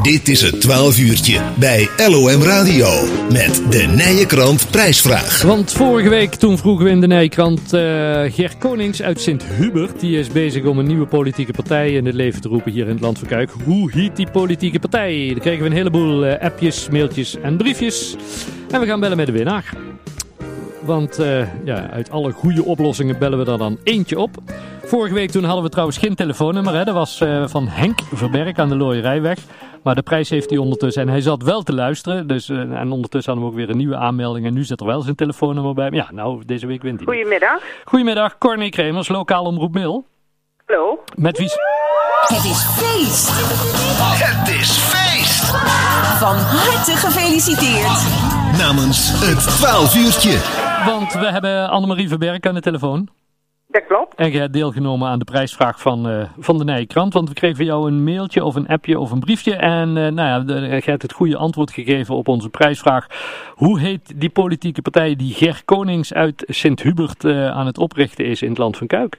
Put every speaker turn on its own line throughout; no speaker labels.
Dit is het 12 uurtje bij LOM Radio met de Nijenkrant prijsvraag.
Want vorige week toen vroegen we in de Nijkrant eh Ger Konings uit Sint-Hubert. Die is bezig om een nieuwe politieke partij in het leven te roepen hier in het Land van Kuik. Hoe heet die politieke partij? Daar kregen we een heleboel eh, appjes, mailtjes en briefjes. En we gaan bellen met de winnaar. Want eh, ja, uit alle goede oplossingen bellen we er dan eentje op. Vorige week toen hadden we trouwens geen telefoonnummer. Hè? Dat was eh, van Henk Verberg aan de Looierijweg. Maar de prijs heeft hij ondertussen. En hij zat wel te luisteren. Dus, eh, en ondertussen hadden we ook weer een nieuwe aanmelding. En nu zit er wel zijn telefoonnummer bij. Maar ja, nou, deze week wint hij. niet.
Goedemiddag.
Goedemiddag, Corné Kremers, lokaal omroep Mil.
Hallo.
Met wie... s-
Het is feest.
Het is feest
Van harte gefeliciteerd.
namens het 12 uurtje.
Want we hebben Annemarie Verberg aan de telefoon.
Dat klopt.
En jij hebt deelgenomen aan de prijsvraag van, eh, van de Nijkrant. Want we kregen van jou een mailtje of een appje of een briefje. En eh, nou ja, de- jij hebt het goede antwoord gegeven op onze prijsvraag. Hoe heet die politieke partij die Ger Konings uit Sint-Hubert eh, aan het oprichten is in het land van Kuik?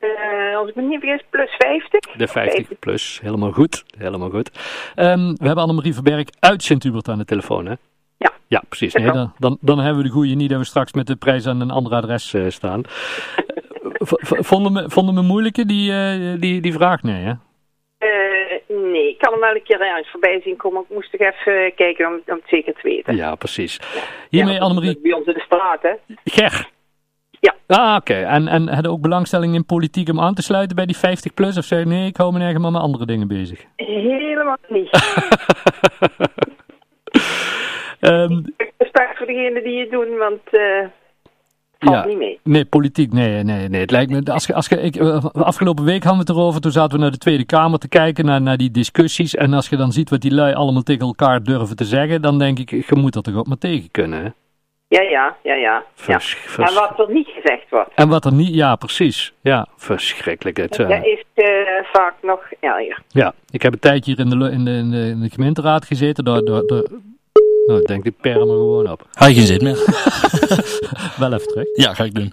Eh, als ik me niet vergis, plus 50.
De 50 plus. Helemaal goed. Helemaal goed. Ehm, we hebben Annemarie Verberg uit Sint-Hubert aan de telefoon, hè?
Ja.
Ja, precies. Nee, dan, dan, dan hebben we de goede niet dat we straks met de prijs aan een ander adres eh, staan. V- v- vonden, me, vonden me moeilijke die, eh, die, die vraag? Nee, hè?
Eh, nee, ik kan hem wel een keer ergens voorbij zien komen. Ik moest toch even eh, kijken om, om het zeker te weten.
Ja, precies. Hiermee
Ja,
Annemarie
Bij ons in de straat, hè?
Ger.
Ja.
Ah, oké. En, en hadden ook belangstelling in politiek om aan te sluiten bij die 50 plus? Of zei je, nee, ik hou me nergens maar met andere dingen bezig?
Helemaal niet.
Ehm,
Respect voor degenen die het doen, want eh valt niet mee.
Nee, politiek, nee, nee, nee. Het lijkt me, als, ge- als, ge- ik, eh, afgelopen week hadden we het erover. Toen zaten we naar de Tweede Kamer te kijken, naar, naar die discussies. En als je dan ziet wat die lui allemaal tegen elkaar durven te zeggen, dan denk ik, je moet dat toch ook maar tegen kunnen. Hè?
Ja, ja, ja, ja. ja.
Vers- vers-
En wat er niet gezegd wordt,
En wat er niet, ja, precies. Ja, verschrikkelijk. Het, eh,
dat is eh, vaak nog erger.
Ja, ik heb een tijdje hier in de, lo- in de, in de, in de gemeenteraad gezeten. Daar, daar, daar, nou, ik denk, ik per me gewoon op.
Had je geen zin meer?
Wel even terug.
Ja, ga ik doen.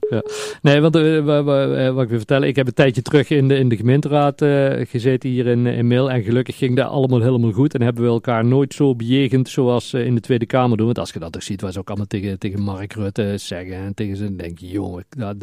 Nee, want eh, wa- wa- eh, wat ik wil vertellen, ik heb een tijdje terug in de, in de gemeenteraad eh, gezeten hier in, in Mil. En gelukkig ging dat allemaal helemaal goed. En hebben we elkaar nooit zo bejegend zoals eh, in de Tweede Kamer doen. Want als je dat toch ziet, was ook allemaal tegen, tegen Mark Rutte zeggen. En tegen ze, dan denk je, jongen, dat,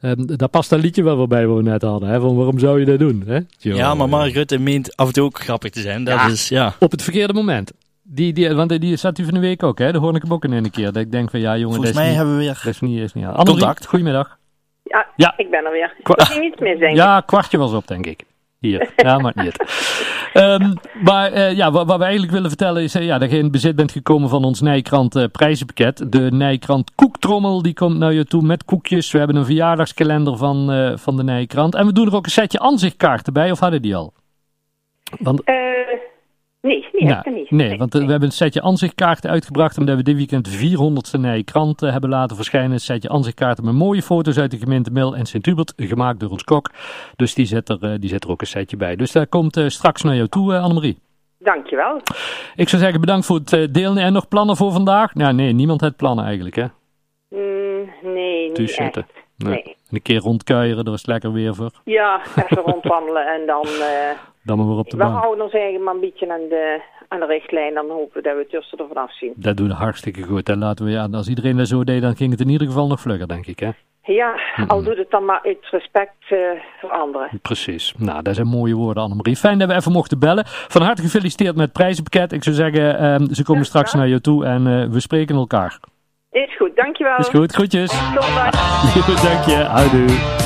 ehm, daar past dat liedje wel wel bij wat we net hadden. Hè? Van waarom zou je dat doen? Hè?
Ja, maar
Jongen.
Mark Rutte meent af en toe ook grappig te zijn. Dat
Ja.
is, ja.
Op het verkeerde moment. Die, die, want die zat hier van de week ook, hè? Daar hoor ik hem ook in een keer. Dat ik denk van, ja jongen,
Volgens
dat
mij
is niet...
hebben we weer...
Dat is niet, is niet aan. Annemarie,
Contact.
Goedemiddag.
Ja,
Ja.
ik ben er weer.
Kwa-
Ik niet meer zijn.
Ja, kwartje was op, denk ik. Hier. Ja, maakt niet. uit. Ehm, maar eh, ja, wat, wat we eigenlijk willen vertellen is eh, ja, dat je in bezit bent gekomen van ons Nijkrant eh, prijzenpakket. De Nijkrant koektrommel die komt naar je toe met koekjes. We hebben een verjaardagskalender van, eh, van de Nijkrant. En we doen er ook een setje aanzichtkaarten bij, of hadden die al? Want,
Eh, nee, niet
nou,
echt niet.
nee, want eh, we hebben een setje aanzichtkaarten uitgebracht omdat we dit weekend 400ste Nijkrant eh, hebben laten verschijnen. Een setje aanzichtkaarten met mooie foto's uit de gemeente Mil en Sint-Hubert, gemaakt door ons kok. Dus die zet, er, eh, die zet er ook een setje bij. Dus daar komt eh, straks naar jou toe, eh, Annemarie.
Dankjewel.
Ik zou zeggen bedankt voor het eh, deelnemen. En nog plannen voor vandaag? Nou nee, niemand heeft plannen eigenlijk hè.
Mm, nee, niet
Dus
echt.
zitten. Nee.
Nee.
En een keer rondkuieren, daar is het lekker weer voor.
Ja, even rondwandelen en dan... eh,
Dan maar weer op de
we
bank.
houden ons eigen maar een beetje aan de, aan de richtlijn. Dan hopen we dat we tussen ervan afzien.
Dat doen we hartstikke goed. En laten we, ja, als iedereen dat zo deed, dan ging het in ieder geval nog vlugger, denk ik hè.
Ja, al doet het dan maar uit respect eh, voor anderen.
Precies. Nou, dat zijn mooie woorden, Annemarie. Fijn dat we even mochten bellen. Van harte gefeliciteerd met het prijzenpakket. Ik zou zeggen, ehm, ze komen straks naar jou toe en eh, we spreken elkaar.
Is goed, dankjewel.
Is goed, groetjes.
Tot dan.
Dank je, houdoe.